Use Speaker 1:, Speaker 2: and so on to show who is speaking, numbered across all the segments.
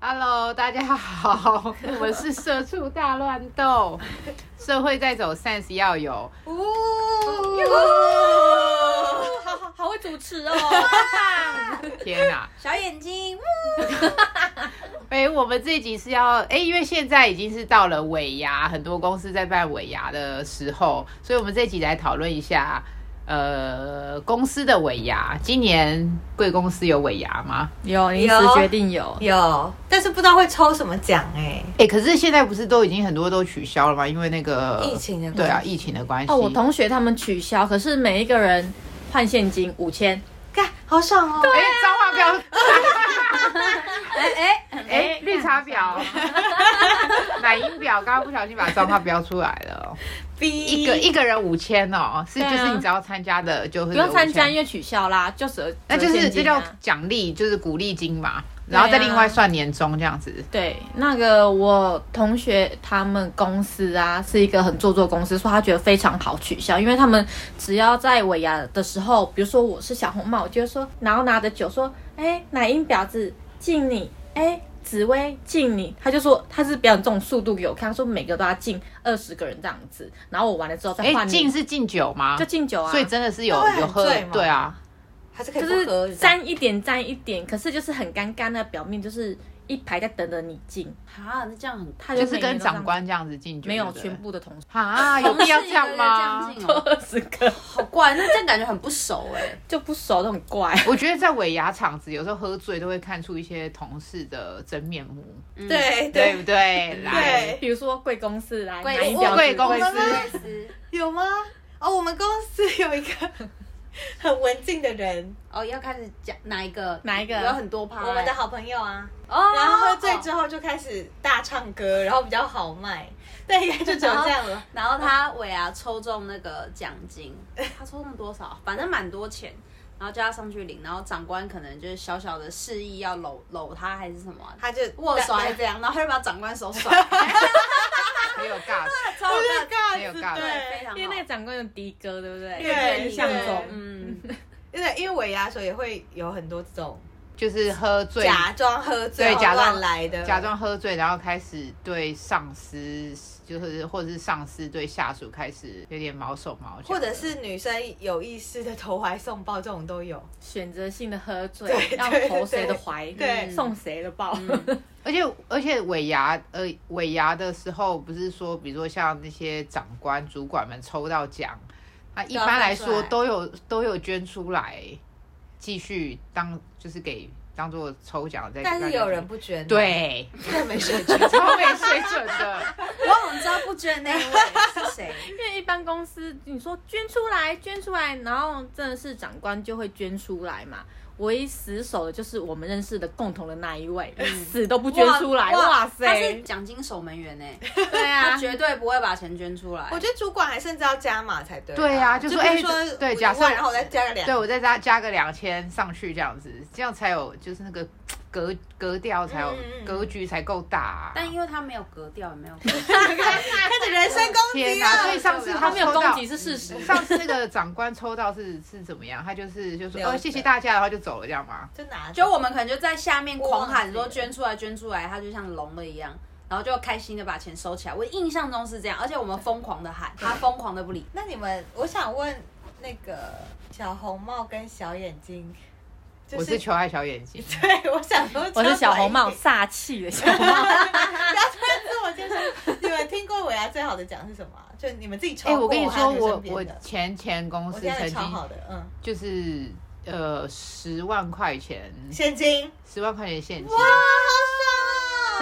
Speaker 1: Hello，大家好，我们是社畜大乱斗，社会在走，sense 要有。
Speaker 2: 呜、
Speaker 1: 哦
Speaker 2: 好好好会主持哦，
Speaker 1: 天哪！
Speaker 2: 小眼睛，呜
Speaker 1: 哎、我们这一集是要哎、因为现在已经是到了尾牙，很多公司在办尾牙的时候，所以我们这一集来讨论一下，呃，公司的尾牙。今年贵公司有尾牙吗？
Speaker 3: 有，临
Speaker 2: 有
Speaker 3: 时决定有。
Speaker 2: 有，但是不知道会抽什么奖哎、
Speaker 1: 哎、可是现在不是都已经很多都取消了吗？因为那个
Speaker 2: 疫情的关系
Speaker 1: 对啊，疫情的关系。
Speaker 3: 哦，我同学他们取消，可是每一个人换现金五千。
Speaker 2: 看好爽哦！
Speaker 1: 哎、脏话不要
Speaker 3: 哎哎
Speaker 1: 哎、绿茶婊，奶音婊，刚刚不小心把脏话标出来了。一个一个人五千哦，是
Speaker 3: 对
Speaker 1: 就
Speaker 3: 啊
Speaker 1: 是你只要参加的，就是
Speaker 3: 不用参加，
Speaker 1: 5000
Speaker 3: 因为取消啦，就折
Speaker 1: 那就是
Speaker 3: 折
Speaker 1: 这
Speaker 3: 现金
Speaker 1: 叫
Speaker 3: 啊
Speaker 1: 奖励，就是鼓励金嘛，
Speaker 3: 对
Speaker 1: 然
Speaker 3: 啊
Speaker 1: 后再另外算年终这样子。
Speaker 3: 对，那个我同学他们公司啊，是一个很做作公司，说他觉得非常好取消，因为他们只要在尾牙的时候，比如说我是小红帽，我就会说，然后拿着酒说，哎，奶音婊子敬你，哎，紫薇敬你，他就说他是表演这种速度给我看，他说每个都要敬二十个人这样子，然后我完了之后再
Speaker 1: 哎，
Speaker 3: 换你，
Speaker 1: 敬是敬酒吗
Speaker 3: 就？敬酒啊，
Speaker 1: 所以真的是有
Speaker 2: 那会很
Speaker 1: 有喝
Speaker 2: 醉吗，
Speaker 1: 对啊，
Speaker 2: 还是可以
Speaker 3: 就
Speaker 2: 不
Speaker 3: 是
Speaker 2: 喝
Speaker 3: 沾一点沾一点，可是就是很尴尬，那表面就是一排在等着你敬，
Speaker 2: 啊，那这样很
Speaker 3: 他
Speaker 1: 就是
Speaker 3: 每
Speaker 1: 跟
Speaker 3: 年都这样
Speaker 1: 长官这样子敬酒，
Speaker 3: 没有
Speaker 1: 对不对
Speaker 3: 全部的同事。
Speaker 1: 啊，有必要这样吗？
Speaker 2: 哦
Speaker 3: 二十个
Speaker 2: 好怪，那这样感觉很不熟哎、
Speaker 3: 就不熟，都很怪。
Speaker 1: 我觉得在尾牙场子，有时候喝醉都会看出一些同事的真面目，
Speaker 2: 对
Speaker 1: 对不对？来，
Speaker 3: 比如说贵公司来，
Speaker 2: 贵
Speaker 3: 哪一
Speaker 2: 我
Speaker 3: 表
Speaker 1: 贵
Speaker 3: 子
Speaker 1: 公
Speaker 3: 贵
Speaker 1: 司
Speaker 2: 司
Speaker 4: 有吗？哦，我们公司有一个 很文静的人，
Speaker 2: 哦，要开始讲哪一个
Speaker 3: 哪一个
Speaker 2: 有很多趴、欸
Speaker 4: 我们的好朋友啊。
Speaker 2: 哦，
Speaker 4: 然后喝醉之后就开始大唱歌，然后比较好卖。但应该就只有这样了。
Speaker 2: 哦然后他尾牙抽中那个奖金，他抽中多少？反正蛮多钱。然后叫他上去领，然后长官可能就是小小的示意要搂搂他还是什么啊，
Speaker 4: 他就
Speaker 2: 握手还是怎样，然后他就把长官手甩开，
Speaker 1: 很有尬，
Speaker 2: 超有
Speaker 4: 对
Speaker 2: 尬
Speaker 1: 没有尬
Speaker 2: 对，非
Speaker 4: 对
Speaker 2: 常好
Speaker 3: 因为那个长官有的哥，对不对？
Speaker 4: 对
Speaker 3: 越向
Speaker 4: 对
Speaker 3: 走。
Speaker 2: 嗯，
Speaker 4: 对，因为尾牙的时候也会有很多这种
Speaker 1: 就是喝醉
Speaker 4: 假装喝醉、
Speaker 1: 对
Speaker 4: 然后
Speaker 1: 假装
Speaker 4: 乱来的，
Speaker 1: 假装喝醉，然后开始对上司，就是或者是上司对下属开始有点毛手毛脚，
Speaker 4: 或者是女生有意识的投怀送抱，这种都有。
Speaker 3: 选择性的喝醉
Speaker 4: 对，对
Speaker 3: 要投谁的怀，
Speaker 4: 对
Speaker 3: 送谁的抱。
Speaker 1: 而且而且尾牙呃尾牙的时候，不是说比如说像那些长官主管们抽到奖，啊一般来说
Speaker 2: 都要分出来
Speaker 1: 都有都有捐出来，继续当就是给当做抽奖再。
Speaker 4: 但是有人不捐，，
Speaker 1: 对
Speaker 4: 太没水准。
Speaker 1: 超没水准的，
Speaker 2: 我怎么知道不捐那一位是谁？
Speaker 3: 因为一般公司你说捐出来，捐出来，然后真的是长官就会捐出来嘛。唯一死守的就是我们认识的共同的那一位，死都不捐出来。哇
Speaker 2: 他是
Speaker 3: 塞，
Speaker 2: 奖金守门员呢，欸
Speaker 3: 对
Speaker 2: 他
Speaker 3: 啊，
Speaker 2: 绝对不会把钱捐出 来。
Speaker 4: 我觉得主管还甚至要加码才对啊。
Speaker 1: 对啊就
Speaker 4: 就
Speaker 1: 说
Speaker 4: 比如
Speaker 1: 哎
Speaker 4: 说
Speaker 1: 对
Speaker 4: 五
Speaker 1: 假
Speaker 4: 万
Speaker 1: 设
Speaker 4: 然后我再加个两
Speaker 1: 对我再加加个两千上去这样子，这样才有就是那个格格调才有
Speaker 4: 嗯嗯嗯
Speaker 1: 格局才够大啊、
Speaker 2: 但因为他没有格调，也没有格调，
Speaker 4: 开始人身攻
Speaker 1: 天
Speaker 4: 击
Speaker 1: 哪！
Speaker 4: 啊！
Speaker 1: 所以上次
Speaker 3: 他
Speaker 1: 他
Speaker 3: 没有
Speaker 1: 抽到
Speaker 3: 攻击是事实。
Speaker 1: 上次那个长官抽到是是怎么样？他就是就说
Speaker 4: 了
Speaker 1: 哦
Speaker 4: 解
Speaker 1: 谢谢大家，然后就走了这样吗？
Speaker 4: 就拿着
Speaker 2: 就我们可能就在下面狂喊
Speaker 4: 我
Speaker 2: 说
Speaker 4: 忘记了
Speaker 2: 捐出来，捐出来，他就像聋了一样，然后就开心的把钱收起来。我印象中是这样，而且我们疯狂的喊，他疯狂的不理。
Speaker 4: 那你们，我想问那个小红帽跟小眼睛，就
Speaker 1: 我是求爱小眼睛，
Speaker 4: 对，我想说，
Speaker 3: 我是小红帽，，煞气的小红帽。
Speaker 4: 自我介绍，你们听过尾牙最好的奖是什么啊？就你们自己抽
Speaker 1: 哎、
Speaker 4: 过。
Speaker 1: 我跟你
Speaker 4: 还有
Speaker 1: 说，
Speaker 4: 女
Speaker 1: 我
Speaker 4: 生
Speaker 1: 我
Speaker 4: 编的
Speaker 1: 前前公
Speaker 4: 我
Speaker 1: 司
Speaker 4: 现在
Speaker 1: 曾
Speaker 4: 超
Speaker 1: 经
Speaker 4: 好的，嗯，
Speaker 1: 就是呃十万块钱，
Speaker 4: 现金，
Speaker 1: 十万块钱现金。
Speaker 4: 哇，好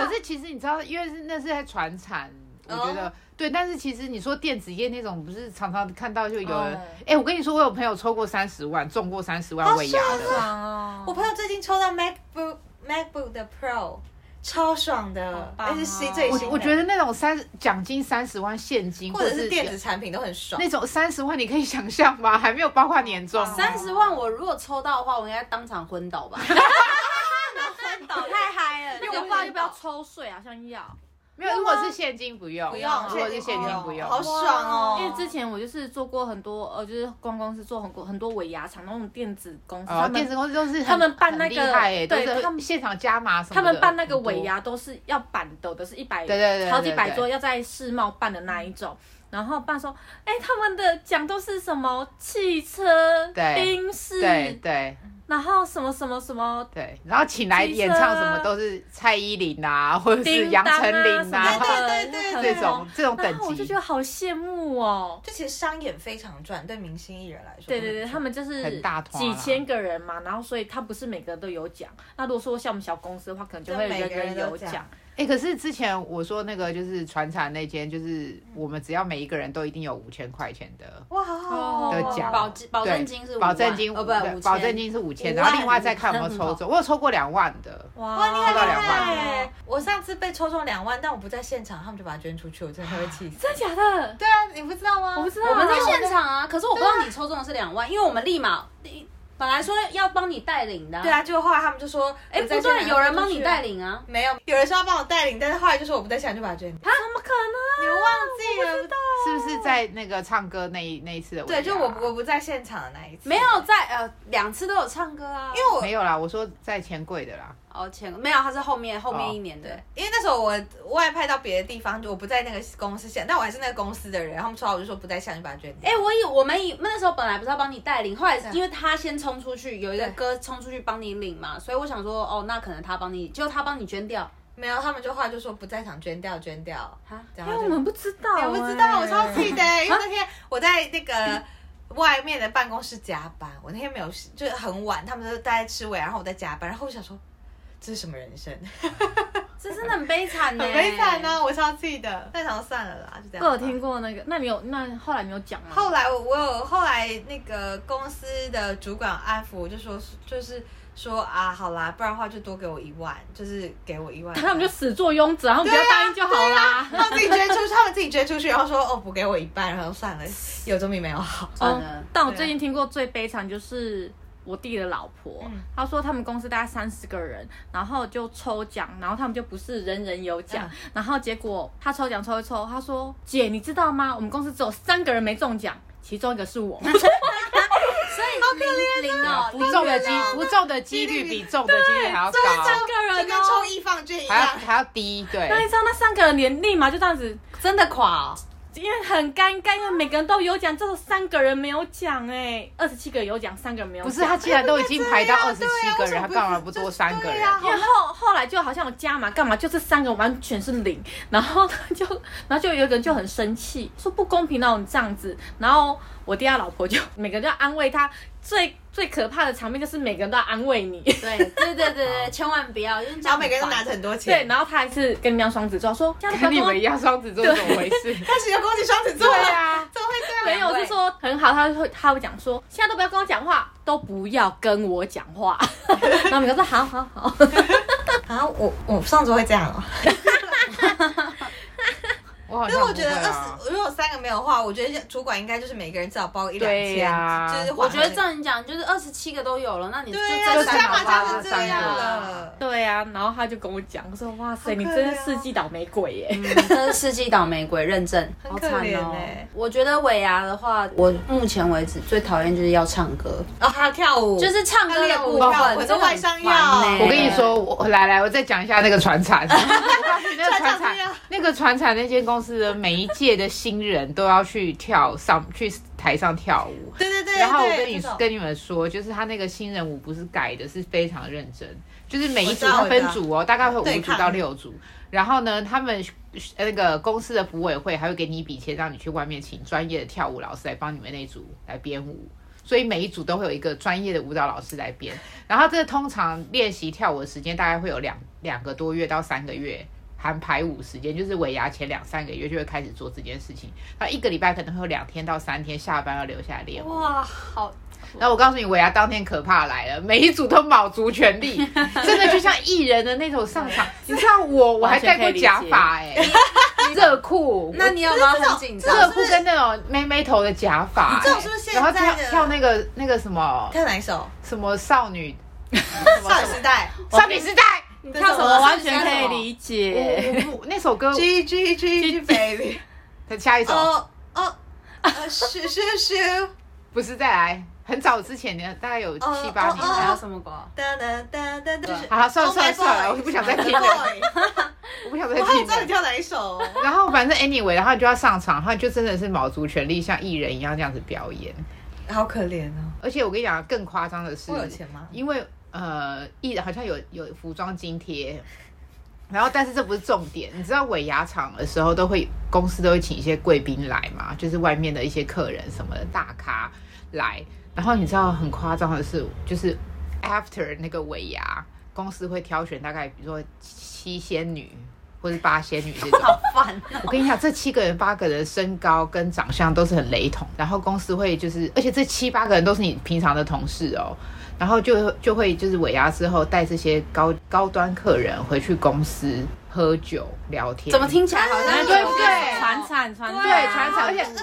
Speaker 4: 爽啊！
Speaker 1: 可是其实你知道，因为是那是在传产，我觉
Speaker 4: 哦
Speaker 1: 得、对。但是其实你说电子业那种，不是常常看到就有人，哎、
Speaker 3: 哦
Speaker 1: 我跟你说，我有朋友抽过三十万，中过三十万尾牙
Speaker 4: 好啊
Speaker 1: 的。
Speaker 3: 爽哦！
Speaker 4: 我朋友最近抽到 MacBook MacBook 的 Pro，超爽的，
Speaker 3: 棒哦
Speaker 4: 而且是新最新的
Speaker 1: 我我觉得那种三奖金三十万现金，
Speaker 4: 或者是电子产品都很爽。
Speaker 1: 那种三十万，你可以想象吗？还没有包括年终，哦
Speaker 2: 三十万，我如果抽到的话，我应该当场昏倒吧？昏倒太嗨了，
Speaker 3: 因为我不知道要不要抽税，好像要。
Speaker 1: 没有，如果是现金不用，
Speaker 4: 不用
Speaker 1: 如果是现金不用，
Speaker 4: 好爽哦！
Speaker 3: 因为之前我就是做过很多，呃，就是光公司做很多很多尾牙厂那种电子公司，
Speaker 1: 哦
Speaker 3: 他，
Speaker 1: 电
Speaker 3: 们
Speaker 1: 子公司都是很
Speaker 3: 他们办那个
Speaker 1: 很厉害欸，
Speaker 3: 对
Speaker 1: 都是
Speaker 3: 他们
Speaker 1: 现场加码什么的
Speaker 3: 他们办那个尾，
Speaker 1: 很
Speaker 3: 牙都是要板的，都是一百，
Speaker 1: 对对对对
Speaker 3: 好几百桌要在世贸办的那一种。然后办说，哎、他们的奖都是什么汽车、
Speaker 1: 对
Speaker 3: 宾
Speaker 1: 多嗯对
Speaker 3: 士，
Speaker 1: 对
Speaker 3: 然后什么什么什么
Speaker 1: 对，然后请来
Speaker 3: 机车啊
Speaker 1: 演唱什么都是蔡依林啊，或者是
Speaker 3: 叮
Speaker 1: 杨
Speaker 3: 当
Speaker 1: 丞
Speaker 3: 啊，
Speaker 1: 琳
Speaker 3: 什么
Speaker 1: 啊，
Speaker 3: 的
Speaker 4: 对对对对
Speaker 1: 这种这种
Speaker 3: 然后我
Speaker 1: 等
Speaker 3: 就
Speaker 1: 级
Speaker 3: 觉得好羡慕哦。
Speaker 4: 就其实商演非常赚，对明星艺人来说，
Speaker 3: 对对对，他们就是
Speaker 1: 很大团啊
Speaker 3: 几千个人嘛，然后所以他不是每个人都有奖。那如果说像我们小公司的话，可能就会
Speaker 4: 就每
Speaker 3: 人
Speaker 4: 个人
Speaker 3: 人
Speaker 4: 都
Speaker 3: 有
Speaker 4: 奖
Speaker 3: 奖。
Speaker 1: 哎、可是之前我说那个就是船厂那间，就是我们只要每一个人都一定有五千块钱的
Speaker 4: 哇，好好
Speaker 1: 的
Speaker 4: 好
Speaker 1: 奖，
Speaker 2: 保金保证金是
Speaker 1: 对
Speaker 2: 五万
Speaker 1: 保证金，
Speaker 2: 哦不
Speaker 1: 对
Speaker 2: 五千
Speaker 1: 保证金是五千，
Speaker 4: 五
Speaker 1: 然后
Speaker 4: 万
Speaker 1: 另外再看有没有抽中。我有抽过两万的，
Speaker 3: 哇
Speaker 4: 哇，厉害
Speaker 1: 抽到
Speaker 4: 厉
Speaker 1: 两万
Speaker 4: 害！我上次被抽中两万，但我不在现场，他们就把它捐出去，我真的会气死。
Speaker 3: 真的假的？
Speaker 4: 对啊，你不知道吗？
Speaker 3: 我不知道，
Speaker 2: 我们在现场啊，可是我不知道你抽中的是两万，因为我们立马本来说要帮你带领的、
Speaker 4: 对，啊，就后来他们就说，
Speaker 2: 哎、
Speaker 4: 我
Speaker 2: 不
Speaker 4: 在现
Speaker 2: 对，
Speaker 4: 场
Speaker 2: 有人帮你带。领啊，
Speaker 4: 没有，有人说要帮我带领，但是后来就说我不在现场，就把它捐掉。
Speaker 3: 怎么可能？
Speaker 4: 你们忘记了？
Speaker 1: 是不是在那个唱歌那一那一次的尾牙？
Speaker 4: 对，就我不我不在现场的那一次，
Speaker 2: 没有在呃两次都有唱歌啊，因
Speaker 4: 因为我
Speaker 1: 没有啦，我说在钱柜的啦。
Speaker 2: 哦前没有，他是后面后面一年的。
Speaker 4: 因为那时候我外派到别的地方，就我不在那个公司线，但我还是那个公司的人。他们抽到我就说不在线，就把它捐掉。
Speaker 2: 哎、我以我们以那时候本来不是要帮你带领，后来因为他先冲出去，有一个
Speaker 4: 对
Speaker 2: 哥冲出去帮你领嘛，所以我想说，哦，那可能他帮你，结果他帮你捐掉，
Speaker 4: 没有，他们就后来就说不在场捐掉，捐掉。
Speaker 2: 哈，
Speaker 4: 然
Speaker 3: 因为
Speaker 4: 后
Speaker 3: 我
Speaker 4: 就
Speaker 3: 们不知道、哎
Speaker 4: 我不知道，我超气的，因为那
Speaker 3: 啊
Speaker 4: 天我在那个外面的办公室加班，我那天没有事，就是很晚，他们都在吃尾，然后我在加班，然后我想说。这是什么人生？
Speaker 3: 哎
Speaker 2: 这真的很 悲惨呢、
Speaker 4: 很悲惨啊呢、我超气的。但想说算了啦，就这样。
Speaker 3: 我有听。过那个，那你有那后来你有讲吗？
Speaker 4: 后来我我有后来那个公司的主管安抚我，就说就是说啊，好啦，不然的话就多给我一万，就是给我一万。
Speaker 3: 他们就始作俑者，他们不要
Speaker 4: 啊
Speaker 3: 答应就好啦。
Speaker 4: 他们自己捐出去，他们自己捐出去，然后说哦，补给我一半，然后算了，有总比没有好。
Speaker 3: 哦
Speaker 2: 算了
Speaker 3: 但我
Speaker 1: 啊
Speaker 3: 最近听过最悲惨就是我弟的老婆，
Speaker 1: 嗯
Speaker 3: 他说他们公司大概三十个人，然后就抽奖，然后他们就不是人人有奖，
Speaker 1: 嗯
Speaker 3: 然后结果他抽奖抽一抽，他说姐你知道吗？我们公司只有三个人没中奖，其中一个是我。
Speaker 2: 所以好可
Speaker 4: 啊
Speaker 2: 怜哦，
Speaker 1: 不中的几不中的几率比中的几率还要高，
Speaker 3: 个人哦
Speaker 4: 就跟抽一放券一
Speaker 1: 还要
Speaker 4: 样。
Speaker 1: 还要低。对
Speaker 3: 那，你知道那三个人连立马就这样子，
Speaker 2: 真的垮、哦，
Speaker 3: 因为很尴尬，因为每个人都有奖，只有三个人没有奖哎，二十七个有奖，三个人没有
Speaker 1: 不
Speaker 3: 奖。
Speaker 1: 是他既然都已经排到二十七个
Speaker 4: 对
Speaker 1: 人，
Speaker 4: 啊
Speaker 1: 他干嘛不多三个
Speaker 4: 对
Speaker 1: 人？
Speaker 4: 啊
Speaker 3: 因为后后来就好像有加码干嘛，就这三个完全是零，然后他就然后就有一个人就很生气，说不公平那种这样子，然后我弟他老婆就每个人都要安慰他，最最可怕的场面就是每个人都要安慰你，
Speaker 2: 对对对对对，千万不要，因为这
Speaker 4: 然
Speaker 2: 样
Speaker 4: 后每个人都拿
Speaker 2: 很
Speaker 4: 着很多钱
Speaker 3: 对，，然后他还是跟你们双子座说，这样 子
Speaker 1: 跟你
Speaker 3: 不要
Speaker 1: 们一样，双子座怎么回事？
Speaker 4: 开始就攻击双子座
Speaker 1: 对
Speaker 4: 了，
Speaker 1: 啊，
Speaker 4: 怎么会这样？
Speaker 3: 没有是说很好，他会他会讲说，现在都不要跟我讲话，都不要跟我讲话，然后每个人说好好好，
Speaker 4: 啊，我我上周会这样哦。
Speaker 1: 我好
Speaker 4: 因
Speaker 1: 像
Speaker 4: 为
Speaker 1: 不
Speaker 4: 我觉
Speaker 1: 会
Speaker 4: 得
Speaker 1: 啊
Speaker 4: 二。十，如果三个没有的话，我觉得主管应该就是每个人至少包一两
Speaker 1: 对
Speaker 4: 千，
Speaker 1: 呀
Speaker 4: 就是还
Speaker 2: 我觉得照你讲，就是二十七个都有了，那你就
Speaker 4: 对
Speaker 2: 再
Speaker 4: 呀，
Speaker 1: 啊就
Speaker 2: 三
Speaker 4: 干
Speaker 1: 干
Speaker 4: 嘛
Speaker 1: 嘛
Speaker 2: 个
Speaker 4: 加
Speaker 2: 吧
Speaker 1: 加
Speaker 4: 成这
Speaker 1: 三个
Speaker 4: 样
Speaker 1: 啊
Speaker 4: 了？
Speaker 3: 对啊，然后他就跟我讲，我说哇塞，
Speaker 4: 好可
Speaker 3: 你
Speaker 4: 怜哦
Speaker 3: 真是世纪倒霉鬼耶、
Speaker 2: 嗯这是世纪倒霉鬼认证，
Speaker 4: 很
Speaker 2: 好
Speaker 4: 可
Speaker 2: 惨
Speaker 4: 怜
Speaker 2: 哦
Speaker 4: 欸！
Speaker 2: 我觉得尾牙的话，我目前为止最讨厌就是要唱歌，
Speaker 4: 哦，还有跳舞，
Speaker 2: 就是唱歌
Speaker 4: 要
Speaker 2: 的部
Speaker 4: 练舞要
Speaker 2: 分，
Speaker 4: 我
Speaker 2: 真
Speaker 4: 都
Speaker 2: 的
Speaker 4: 外
Speaker 2: 很
Speaker 4: 伤
Speaker 2: 烦
Speaker 4: 要
Speaker 2: 欸
Speaker 1: 我跟你，说，我来来，我再讲一下那个船 产。我告诉你，那个船
Speaker 4: 船
Speaker 1: 产
Speaker 4: 产是要，
Speaker 1: 那个船产那间公司的每一届的新人都要去跳上去台上跳舞。
Speaker 4: 对对对。
Speaker 1: 然后我
Speaker 4: 对
Speaker 1: 跟你
Speaker 4: 这种
Speaker 1: 跟你们说，就是他那个新人舞不是改的，是非常认真，就是每一
Speaker 4: 我知
Speaker 1: 组
Speaker 4: 道
Speaker 1: 他
Speaker 4: 我知
Speaker 1: 分
Speaker 4: 道
Speaker 1: 组哦，大概会
Speaker 4: 对
Speaker 1: 五组
Speaker 4: 抗
Speaker 1: 到六组。然后呢，他们呃那个公司的服委会还会给你一笔钱，让你去外面请专业的跳舞老师来帮你们那组来编舞。所以每一组都会有一个专业的舞蹈老师来编，然后这通常练习跳舞的时间大概会有两两个多月到三个月，含排舞时间，就是尾牙前两三个月就会开始做这件事情。那一个礼拜可能会有两天到三天下班要留下来练舞。
Speaker 2: 哇，好，
Speaker 1: 然后我告诉你，尾牙当天可怕来了，每一组都卯足全力，真的就像艺人的那种上 场。你像我，我还戴过假发哎、热裤，
Speaker 2: 那你有没有很紧张？
Speaker 1: 热裤跟那种妹妹头的假发、哎
Speaker 4: 这种是不是现在
Speaker 1: 然
Speaker 4: 的
Speaker 1: 后跳跳那个那个什么
Speaker 4: 跳哪一首？
Speaker 1: 什么少女
Speaker 4: 少女时代，
Speaker 1: 少女时代，
Speaker 2: 你
Speaker 4: 跳什么
Speaker 3: 我完全可以理解。
Speaker 1: 我我不那 首歌，
Speaker 4: G G G G baby，
Speaker 1: 下一首
Speaker 4: 哦哦，呃咻咻咻，
Speaker 1: 不是再来，很早之前的，大概有
Speaker 4: 哦
Speaker 1: 七八
Speaker 4: 哦
Speaker 1: 年
Speaker 4: 哦
Speaker 2: 还
Speaker 1: 了。
Speaker 2: 有什么歌？
Speaker 4: 哒哒哒哒，就是
Speaker 1: 好，啊算了算
Speaker 4: Oh my
Speaker 1: 了算了，
Speaker 4: boy
Speaker 1: 我不想再听了，
Speaker 4: boy，
Speaker 1: 我不想再
Speaker 4: 我好
Speaker 1: 听
Speaker 4: 知道你
Speaker 1: 了。
Speaker 4: 跳哪一首哦。
Speaker 1: 然后反正 anyway，然后你就要上场，然后你就真的是卯足全力，像艺人一样这样子表演。
Speaker 4: 好可怜哦，
Speaker 1: 而且我跟你讲，更夸张的是，
Speaker 4: 会有钱吗？
Speaker 1: 因为呃，艺好像有有服装津贴，然后但是这不是重点，你知道尾牙场的时候都会公司都会请一些贵宾来嘛，就是外面的一些客人什么的大咖来，然后你知道很夸张的是，就是 after 那个尾牙，公司会挑选大概比如说七仙女或是八仙女这种。
Speaker 2: 好烦啊！
Speaker 1: 我跟你讲，这七个人、八个人身高跟长相都是很雷同，然后公司会就是，而且这七八个人都是你平常的同事哦，然后就就会就是尾牙之后带这些高高端客人回去公司喝酒聊天，
Speaker 2: 怎么？听起来好像
Speaker 1: 对不对
Speaker 3: 传产传
Speaker 1: 对，全场而且很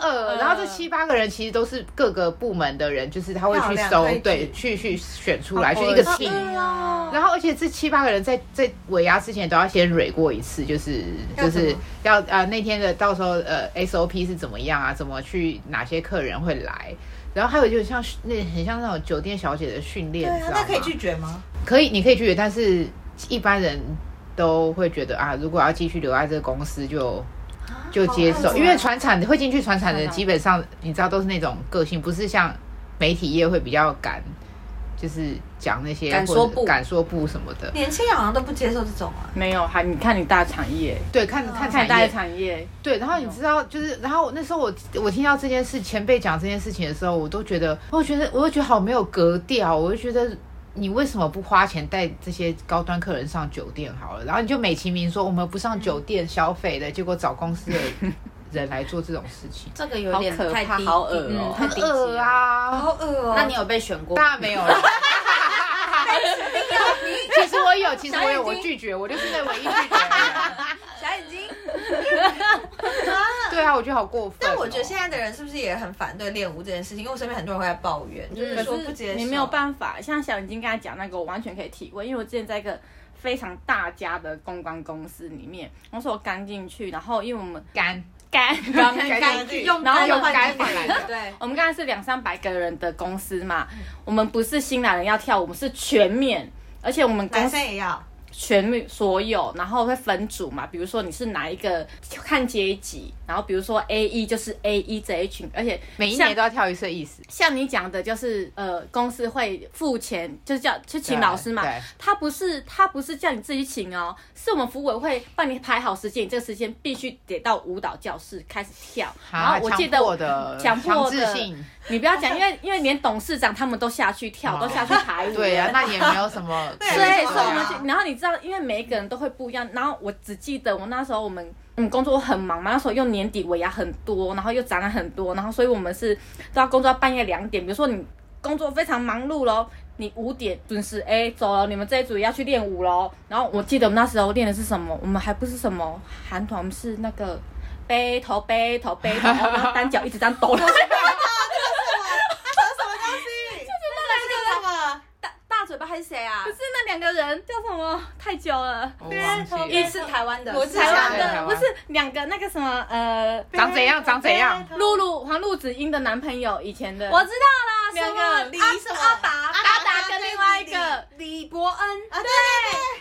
Speaker 1: 恶，然后这七八个人其实都是各个部门的人，就是他会
Speaker 4: 漂
Speaker 1: 去
Speaker 4: 亮
Speaker 1: 搜
Speaker 4: 推，举
Speaker 1: 对，去去选出来，
Speaker 3: 好
Speaker 1: 去一个
Speaker 3: 恶
Speaker 1: team，
Speaker 3: 哦
Speaker 1: 然后，而且这七八个人在在尾牙之前都要先蕊过一次，就是
Speaker 4: 要
Speaker 1: 就
Speaker 4: 怎么
Speaker 1: 是要呃那天的到时候呃 SOP 是怎么样啊，怎么去哪些客人会来，然后还有就像那很像那种酒店小姐的训
Speaker 4: 对
Speaker 1: 练，你
Speaker 4: 啊
Speaker 1: 知，道
Speaker 4: 那
Speaker 1: 吗？
Speaker 4: 可以拒绝吗？
Speaker 1: 可以，你可以拒绝，但是一般人都会觉得啊，如果要继续留在这个公司就。就接
Speaker 4: 好哦
Speaker 1: 受
Speaker 4: 暗，
Speaker 1: 因为传产会进去传产的，
Speaker 3: 传产
Speaker 1: 基本上你知道都是那种个性，不是像媒体业会比较敢，就是讲那些
Speaker 2: 敢
Speaker 1: 或
Speaker 2: 说
Speaker 1: 者
Speaker 2: 不
Speaker 1: 敢说不什么的。
Speaker 4: 年轻人好像都不接受这种啊。
Speaker 3: 没有还你看你大产业，
Speaker 1: 对，看看
Speaker 3: 哦看
Speaker 1: 产
Speaker 3: 你大
Speaker 1: 业，
Speaker 3: 产业，
Speaker 1: 对。然后你知道，就是，然后那时候我我听到这件事，前辈讲这件事情的时候，我都觉得，我觉得，我就觉得好没有格调，我就觉得。你为什么不花钱带这些高端客人上酒店好了？然后你就美其名说我们不上酒店消费的，结果找公司的人来做这种事情，
Speaker 2: 这个有点
Speaker 3: 好可
Speaker 2: 太
Speaker 3: 怕
Speaker 2: 低，
Speaker 3: 好恶哦
Speaker 2: 嗯太
Speaker 1: 很
Speaker 2: 低级
Speaker 1: 恶
Speaker 2: 了。
Speaker 1: 啊！
Speaker 4: 好恶哦！
Speaker 2: 那你有被选过？
Speaker 1: 当然没有了。 其实我有，其实我有，我拒绝，我就是那唯一拒绝的人。
Speaker 2: 小眼睛，
Speaker 1: 对啊，我觉得好过分哦。
Speaker 4: 但我觉得现在的人是不是也很反对练舞这件事情？因为我身边很多人会来抱怨，就是说不接
Speaker 3: 嗯
Speaker 4: 受，
Speaker 3: 你没有办法，像小眼睛刚才讲那个，我完全可以体会，因为我之前在一个非常大家的公关公司里面，那时候我刚进去，然后因为我们
Speaker 1: 干
Speaker 3: 干
Speaker 1: 刚
Speaker 3: 刚
Speaker 1: 干
Speaker 3: 用然后
Speaker 1: 用
Speaker 3: 用
Speaker 1: 干法来的。
Speaker 2: 对，
Speaker 3: 我们刚才是两三百个人的公司嘛，我们不是新来人要跳舞，我们是全面，而且我们公
Speaker 4: 男
Speaker 3: 司
Speaker 4: 生也要。
Speaker 3: 全面所有，然后会分组嘛，比如说你是哪一个，就看阶级，然后比如说 A E 一就是 A 一这一群，而且
Speaker 1: 每一
Speaker 3: 像
Speaker 1: 年都要跳一次的意思。
Speaker 3: 像你讲的，就是呃，公司会付钱，就是叫去请
Speaker 1: 对
Speaker 3: 老师嘛
Speaker 1: 对。
Speaker 3: 他不是他不是叫你自己请哦，是我们服委会帮你排好时间，你这个时间必须得到舞蹈教室开始跳。然
Speaker 1: 啊
Speaker 3: 后我记得
Speaker 1: 强迫的
Speaker 3: 强迫
Speaker 1: 强制
Speaker 3: 的
Speaker 1: 性，
Speaker 3: 你不要讲，因为因为连董事长他们都下去跳，
Speaker 1: 哦
Speaker 3: 都下去排舞。
Speaker 1: 对啊，那也没有什么。
Speaker 4: 对
Speaker 3: 对，
Speaker 4: 没
Speaker 3: 所以
Speaker 4: 错
Speaker 3: 我们
Speaker 4: 啊
Speaker 3: 就，然后你知道，因为每一个人都会不一样。然后我只记得我那时候我们，嗯，工作很忙嘛，那时候又年底尾牙很多，然后又展览很多，然后所以我们是都要工作到半夜两点。比如说你工作非常忙碌咯，你五点准时哎走了，你们这一组也要去练舞咯。然后我记得我们那时候练的是什么？我们还不是什么韩团，我们是那个背头背头背头，然后单脚一直这样 抖。
Speaker 4: 这什么东西？就是那个什么？
Speaker 2: 大大嘴巴还是谁啊
Speaker 3: 可？是那两个人叫什么？太久了。
Speaker 1: 啊我忘记
Speaker 2: 一
Speaker 1: 了
Speaker 2: 是台湾的，
Speaker 4: 我
Speaker 2: 是
Speaker 4: 知道
Speaker 3: 台湾
Speaker 1: 啊台湾
Speaker 3: 的不是两个那个什么呃，
Speaker 1: 长怎样？长怎样？
Speaker 3: 露露黄露子英的男朋友以前的，
Speaker 2: 我知道啦，
Speaker 3: 两个
Speaker 2: 什么
Speaker 4: 李
Speaker 2: 阿
Speaker 4: 什么
Speaker 2: 阿达
Speaker 4: 阿
Speaker 3: 达达跟另外一个
Speaker 2: 李伯恩，
Speaker 4: 啊，对，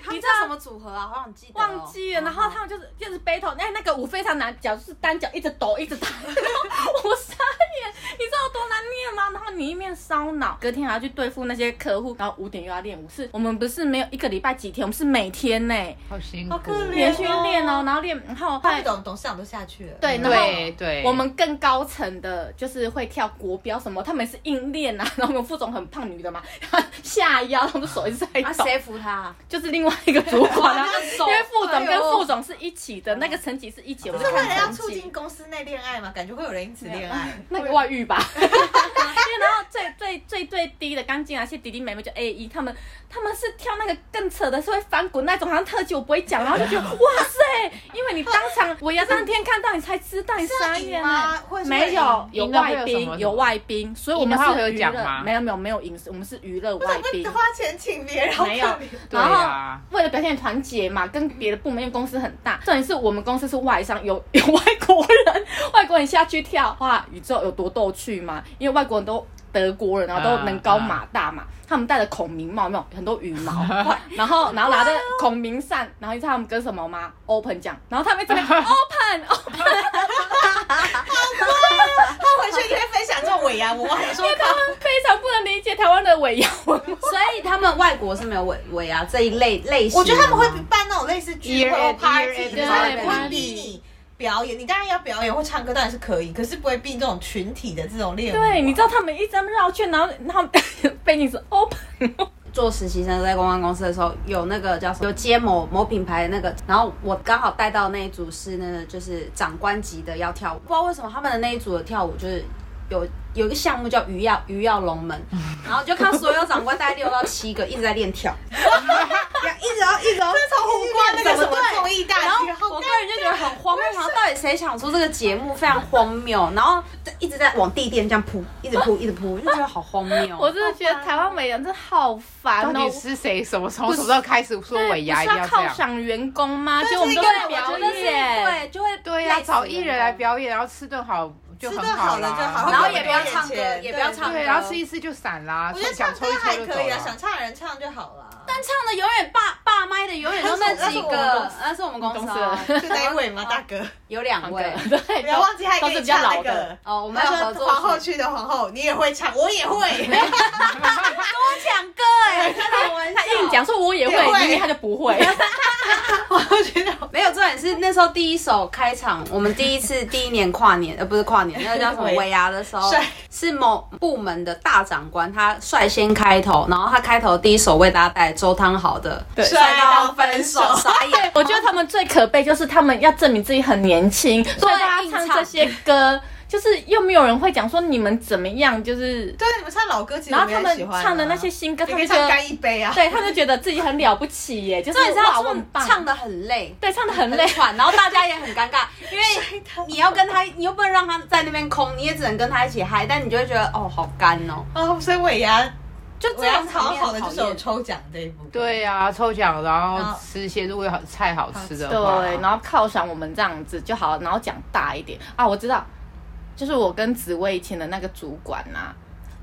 Speaker 2: 他们叫什么组合啊？我好像记得哦
Speaker 3: 忘记了，然后他们就是就是 battle，那那个舞非常难，脚就是单脚一直 抖一直抖，我傻眼，你知道有多难念吗？然后你一面烧脑，隔天还要去对付那些客户，然后五点又要练舞，是我们不是没有一个礼拜几天，我们是每天呢、
Speaker 1: 好辛
Speaker 4: 好
Speaker 1: 苦
Speaker 4: 可。怜
Speaker 3: 连续练哦，然后练，然后
Speaker 4: 他们董董事长都下去了。
Speaker 3: 对，
Speaker 1: 嗯
Speaker 3: 然后
Speaker 1: 对对，啊
Speaker 3: 我们更高层的，就是会跳国标什么，他们是硬练啊。然后我们副总很胖女的嘛， 下腰，他们手一直在
Speaker 2: 啊，
Speaker 3: 抖，
Speaker 2: 谁扶他啊？
Speaker 3: 就是另外一个主管啊。
Speaker 2: 手
Speaker 3: 因为副总
Speaker 4: 哎
Speaker 3: 跟
Speaker 4: 呦
Speaker 3: 副总是一起的，那个层级是一起，我们
Speaker 4: 是为了
Speaker 3: 看
Speaker 4: 要
Speaker 3: 层
Speaker 4: 促
Speaker 3: 级
Speaker 4: 进公司内恋爱吗？感觉会有人因此恋爱。
Speaker 3: 那个外遇吧。因为然后最最最最最低的刚进来，一些弟弟妹妹就 A 一，他们他们是跳那个更扯的，是会翻滚那种，好像特技我不会讲，然后就觉得哇塞，因为你当场我要当天看到你才知道，你傻眼
Speaker 4: 吗
Speaker 3: 欸？
Speaker 4: 会是
Speaker 3: 没有，有
Speaker 1: 赢了会有
Speaker 3: 外
Speaker 1: 什么
Speaker 3: 宾，有外宾，所以我
Speaker 1: 赢的
Speaker 3: 们
Speaker 1: 话会
Speaker 3: 是
Speaker 1: 有
Speaker 3: 娱
Speaker 1: 奖
Speaker 3: 乐
Speaker 1: 吗
Speaker 3: 没有没有没有饮食，我们是娱乐
Speaker 4: 为什
Speaker 3: 外
Speaker 4: 么
Speaker 3: 宾
Speaker 4: 不。花钱请别人？
Speaker 3: 没有
Speaker 4: 我看你，
Speaker 3: 然
Speaker 1: 对啊
Speaker 3: 后为了表现团结嘛，跟别的部门，因为公司很大，重点是我们公司是外商，有 有外国人，外国人下去跳，哇，宇宙有多逗趣嘛？因为外国人都德国人啊，都能高马大嘛，他们戴的孔明帽，有没有很多羽毛， 然后然后拿着孔明扇，然后你知道他们跟什么吗？Open 讲，然后他们 这边 Open 哦 Open，
Speaker 4: 他回去一定会分享这种尾牙，我 忘了说
Speaker 3: 因为他们非常不能理解台湾的尾牙 文化。
Speaker 2: 所以他们外国是没有尾尾牙这一类类型的吗。
Speaker 4: 我觉得他们
Speaker 3: 啊
Speaker 4: 会办那种类似聚
Speaker 1: Year
Speaker 4: 会或
Speaker 1: end, year
Speaker 4: party，
Speaker 1: end
Speaker 4: 可是他们不会
Speaker 3: party
Speaker 4: 逼你表演。你当然要表演或唱歌，当然是可以，可是不会逼你这种群体的这种练舞啊。
Speaker 3: 对，你知道他们一直在那绕圈，然后他们 背景是 Open。
Speaker 2: 做实习生在公关公司的时候，有那个叫什么，有接某某品牌的那个，然后我刚好带到那一组是那个就是长官级的要跳舞，不知道为什么他们的那一组的跳舞就是有有一个项目叫鱼跃鱼跃龙门，然后就看所有长官大概六到七个一直在练跳，一直哦一直哦，
Speaker 4: 这从无关那个什么
Speaker 2: 对
Speaker 4: 综艺
Speaker 2: 然
Speaker 4: 大
Speaker 2: 后
Speaker 4: 学，好
Speaker 2: 我
Speaker 4: 尴
Speaker 2: 个人就觉得很荒谬，然后到底谁想出这个节目非常荒谬，然后一直在往地垫这样扑，一直扑一直扑，我就觉得好荒谬。
Speaker 3: 我真的觉得台湾美人真的好烦
Speaker 1: 哦到
Speaker 3: 哦。
Speaker 1: 底是谁什么从什么时候开始说尾牙一
Speaker 3: 不
Speaker 1: 定
Speaker 3: 是
Speaker 1: 要这
Speaker 3: 要犒
Speaker 1: 样？
Speaker 3: 赏员工吗？就我们
Speaker 4: 这
Speaker 3: 都
Speaker 4: 是一个
Speaker 3: 在
Speaker 4: 我觉
Speaker 3: 表
Speaker 4: 得是
Speaker 3: 演，
Speaker 2: 对，就会
Speaker 1: 对呀、
Speaker 2: 累死
Speaker 1: 找艺人
Speaker 2: 了
Speaker 1: 来表演，然后吃顿好就
Speaker 4: 吃
Speaker 1: 很
Speaker 4: 顿
Speaker 1: 好
Speaker 4: 好
Speaker 1: 啦
Speaker 4: 了就好，
Speaker 2: 然后
Speaker 4: 会
Speaker 2: 也
Speaker 4: 给
Speaker 2: 不
Speaker 4: 我
Speaker 2: 要
Speaker 4: 们
Speaker 2: 唱歌
Speaker 4: 表演
Speaker 2: 也
Speaker 4: 钱
Speaker 2: 不要
Speaker 4: 对
Speaker 2: 唱
Speaker 1: 对，然后吃一次就散啦。
Speaker 4: 我觉得
Speaker 1: 想
Speaker 4: 唱
Speaker 1: 抽
Speaker 4: 歌
Speaker 1: 一
Speaker 4: 还
Speaker 1: 抽就
Speaker 4: 可
Speaker 1: 走
Speaker 4: 以
Speaker 1: 了
Speaker 4: 啊，。想唱的人唱就好了。
Speaker 2: 但唱的永远霸霸麦的永远都那几个，那是我们公司哦，
Speaker 4: 是哪一位吗，大哥？
Speaker 2: 有两位
Speaker 3: 对，
Speaker 4: 不要忘记还
Speaker 3: 都
Speaker 4: 可
Speaker 3: 是
Speaker 4: 以
Speaker 3: 比较
Speaker 4: 唱
Speaker 3: 老
Speaker 4: 那
Speaker 3: 的
Speaker 4: 个。
Speaker 2: 哦，我
Speaker 4: 我
Speaker 2: 们有合
Speaker 4: 说
Speaker 2: 作
Speaker 4: 皇后
Speaker 2: 去
Speaker 4: 区的皇后，你也会唱，我 也会。啊
Speaker 2: 抢歌哎，开玩笑
Speaker 3: 他硬讲说我也
Speaker 4: 也
Speaker 3: 会，
Speaker 4: 会
Speaker 3: 明明他就不会。
Speaker 4: 皇后区的
Speaker 2: 没有，重点是那时候第一首开场，我们第一次第一年跨年，呃，不是跨年，那个叫什么
Speaker 4: 尾
Speaker 2: 尾牙的时候
Speaker 4: 帅，
Speaker 2: 是某部门的大长官，他率先开头，然后他开头第一首为大家带周汤豪的
Speaker 3: 对
Speaker 2: 到分手，傻 眼。
Speaker 3: 我觉得他们最可悲就是他们要证明自己很年轻，所以大家
Speaker 2: 硬唱
Speaker 3: 唱这些歌，就是又没有人会讲说你们怎么样，就是
Speaker 4: 对，你们唱老歌其实
Speaker 3: 然
Speaker 4: 我
Speaker 3: 后
Speaker 4: 们
Speaker 3: 他
Speaker 4: 也喜
Speaker 3: 们
Speaker 4: 欢啊
Speaker 3: 唱的那些，新歌，
Speaker 4: 你
Speaker 3: 他
Speaker 4: 可
Speaker 3: 们
Speaker 4: 以唱
Speaker 3: 觉
Speaker 4: 《
Speaker 3: 得
Speaker 4: 干一杯》啊。
Speaker 3: 对，他们觉得自己很了不起耶，就是
Speaker 2: 重点是
Speaker 3: 哇
Speaker 2: 他
Speaker 3: 我很
Speaker 2: 唱
Speaker 3: 棒，
Speaker 2: 唱的很累，
Speaker 3: 对唱的很累
Speaker 2: 很。喘，然后大家也很尴尬，因为你要跟他，你又不能让他在那边空，你也只能跟他一起嗨，但你就会觉得哦，好干哦，
Speaker 4: 哦，所以尾牙，
Speaker 2: 就这
Speaker 4: 尾牙
Speaker 2: 样
Speaker 4: 好好的就
Speaker 2: 讨
Speaker 4: 是
Speaker 2: 厌
Speaker 4: 有抽奖这一部。
Speaker 1: 对呀、抽奖然
Speaker 4: 然
Speaker 1: 后
Speaker 4: 后
Speaker 1: 吃一些如果有好菜好吃的话，
Speaker 3: 对，然后犒赏我们这样子就好，然后讲大一点啊，我知道，就是我跟紫薇以前的那个主管呐、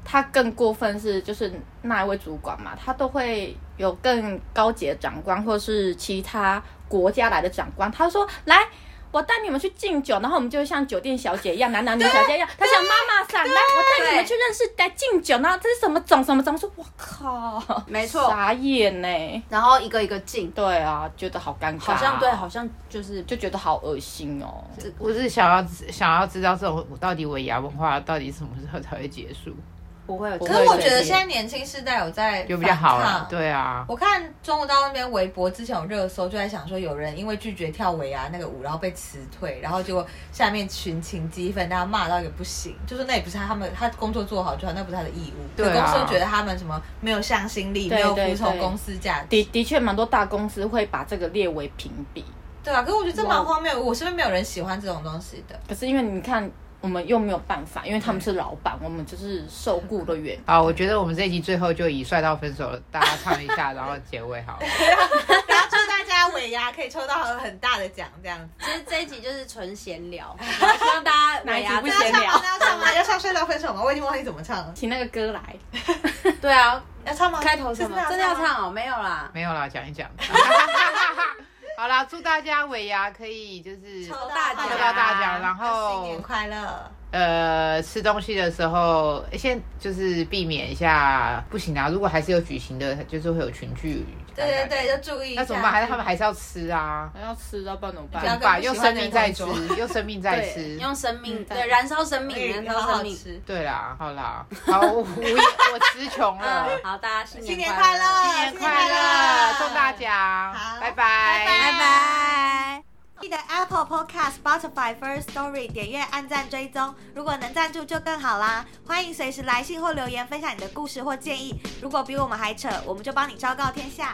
Speaker 3: 他更过分是就是那一位主管嘛，他都会有更高级的长官或是其他国家来的长官，他说来。我带你们去敬酒，然后我们就像酒店小姐一样，男男女小姐一样。他像妈妈桑，来，我带你们去认识来敬酒，然后这是什么种什么种？我说我靠，
Speaker 2: 没错
Speaker 3: 傻眼呢。
Speaker 2: 然后一个一个进，
Speaker 3: 对啊，觉得好尴尬。
Speaker 2: 好像对，好像就是
Speaker 3: 就觉得好恶心哦。
Speaker 1: 我是想要想要知道这种到底尾牙文化到底什么时候才会结束，
Speaker 2: 不会有。
Speaker 3: 不
Speaker 4: 可
Speaker 3: 会
Speaker 4: 是我
Speaker 3: 对
Speaker 4: 觉得
Speaker 3: 对
Speaker 4: 现在年轻世代有在
Speaker 1: 就比较好
Speaker 4: 反
Speaker 1: 了
Speaker 4: 抗。
Speaker 1: 对啊，
Speaker 4: 我看中国大陆那边微博之前有热搜，就在想说有人因为拒绝跳维啊那个舞，然后被辞退，然后结果下面群情激愤，大家骂到一个不行，就说那也不是他们他工作做好就好，那不是他的义务。
Speaker 1: 对啊
Speaker 4: 可公司都觉得他们什么没有向心力，
Speaker 3: 对
Speaker 4: 没有
Speaker 3: 对
Speaker 4: 服从
Speaker 3: 对
Speaker 4: 公司价值。
Speaker 3: 的的确，蛮多大公司会把这个列为屏蔽。
Speaker 4: 对啊，可是我觉得这蛮
Speaker 3: 哇
Speaker 4: 荒谬，我身边没有人喜欢这种东西的。
Speaker 3: 可是因为你看，我们又没有办法，因为他们是老板，我们就是受雇的员。
Speaker 1: 好，我觉得我们这一集最后就以帅到分手了，大家唱一下，然后结尾好 了。
Speaker 4: 然后祝大家尾牙可以抽到很大的奖，这样子。
Speaker 2: 其实这一集就是纯闲 聊，然后希望大家
Speaker 3: 哪
Speaker 2: 尾
Speaker 3: 一集
Speaker 2: 牙
Speaker 3: 不
Speaker 2: 真的
Speaker 3: 闲
Speaker 4: 要唱吗？要唱吗？要唱《睡到分手》吗？我已经忘记怎么唱了。
Speaker 3: 请那个歌来，
Speaker 2: 对啊，
Speaker 4: 要唱吗？
Speaker 2: 开头什么
Speaker 4: 是
Speaker 2: 真的要？唱哦，没有啦，
Speaker 1: 没有啦，讲一讲。 好啦，祝大家尾牙可以就是
Speaker 4: 抽
Speaker 2: 到
Speaker 4: 大
Speaker 2: 抽
Speaker 4: 奖，
Speaker 1: 抽到大奖，然
Speaker 4: 新
Speaker 1: 后
Speaker 4: 年快乐！
Speaker 1: 呃吃东西的时候，先就是避免一下，不行啊，如果还是有举行的，就是会有群聚。
Speaker 4: 对对，对，要注意一下。
Speaker 1: 那怎么办？还是他们还是要吃啊？
Speaker 3: 要吃要不然怎么
Speaker 4: 不要
Speaker 1: 怎么
Speaker 3: 办？
Speaker 1: 办？又生命在吃
Speaker 4: 跟不喜欢，
Speaker 1: 又生命在吃。
Speaker 2: 用生命
Speaker 3: 嗯
Speaker 2: 对燃烧生命，
Speaker 4: 哎
Speaker 2: 燃
Speaker 4: 好
Speaker 2: 烧
Speaker 4: 好
Speaker 2: 生命。
Speaker 4: 吃。
Speaker 1: 对啦，好啦，好，我我也我词穷 了。
Speaker 2: 嗯，好，大家新
Speaker 4: 新
Speaker 2: 年
Speaker 4: 年
Speaker 2: 快
Speaker 4: 快
Speaker 2: 乐，
Speaker 4: 乐，
Speaker 1: 新年快乐，中大奖
Speaker 4: 好，
Speaker 1: 拜
Speaker 4: 拜
Speaker 2: 拜拜。
Speaker 4: 记得 Apple Podcast、Spotify、First Story 点阅、按赞、追踪。如果能赞助就更好啦！欢迎随时来信或留言分享你的故事或建议。如果比我们还扯，我们就帮你昭告天下。